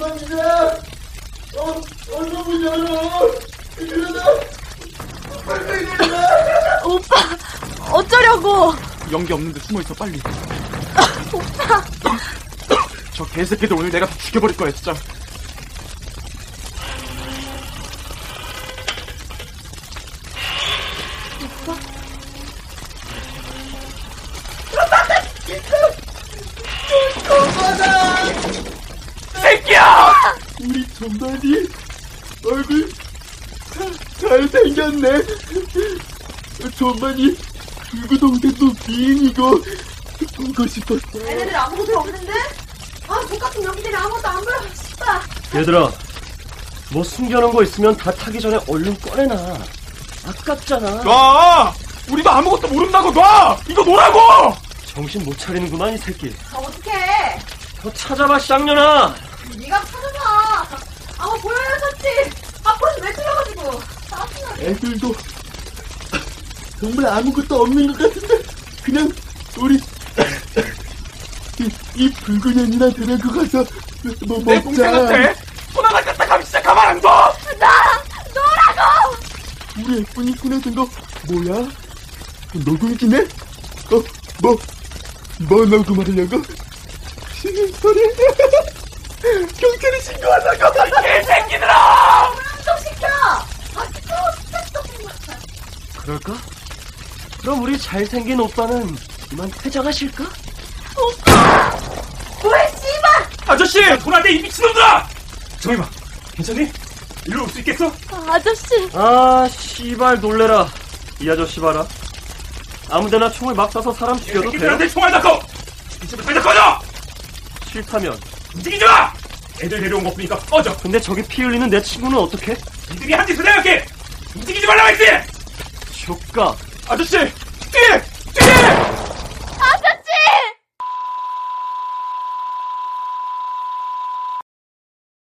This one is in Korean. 엄마야! 어, 얼른 문 열어! 일어나! 빨리 일어나! 오빠 어쩌려고 연기 없는데 숨어있어, 빨리. 오빠! 저 개새끼들 오늘 내가 다 죽여버릴 거야, 진짜. 우리 전반이 얼굴 잘생겼네. 전반이 누구 동생도 비인이고 보고 싶었어. 얘네들 아무것도 없는데? 아 똑같은 여기들이 아무것도 안 보여 씨발 얘들아, 뭐 숨겨놓은 거 있으면 다 타기 전에 얼른 꺼내놔. 아깝잖아. 놔! 우리도 아무것도 모른다고 놔! 이거 놓으라고! 정신 못 차리는구만, 이 새끼. 아 어떡해 더 찾아봐, 쌍년아! 네가 찾아봐 아 보여야 샀지 아 벌써 왜 틀려가지고 짜증나 애들도 정말 아무것도 없는 것 같은데 그냥 우리 이, 이 붉은 애니나 데리고 가서 뭐 먹자. 내 동생한테 소나가 갖다 가면 진짜 가만 안 둬! 우리 예쁜이 꺼내준 거 뭐야? 녹음기네? 어, 뭐, 뭐 녹음하려고? 신음 소리? 경찰에 신고하자고! 개새끼들아! 좀 시켜 아 시끄러워 진짜 시끄러워 그럴까? 그럼 우리 잘생긴 오빠는 이만 퇴장하실까? 뭐해 씨발 아저씨! 돌아대 이 미친놈들아! 저기 봐, 괜찮니? 일로 올 수 있겠어? 아, 아저씨 아, 씨발 놀래라. 이 아저씨 봐라. 아무데나 총을 막 쏴서 사람 죽여도 돼? 애들한테 총알 닦고! 이쪽에 빨리 꺼져! 싫다면. 움직이지 마! 애들 데려온 거 보니까 꺼져! 근데 저기 피 흘리는 내 친구는 어떻게? 니들이 한 짓을 해야 해! 움직이지 말라고 했지! 조까. 아저씨! 뛰!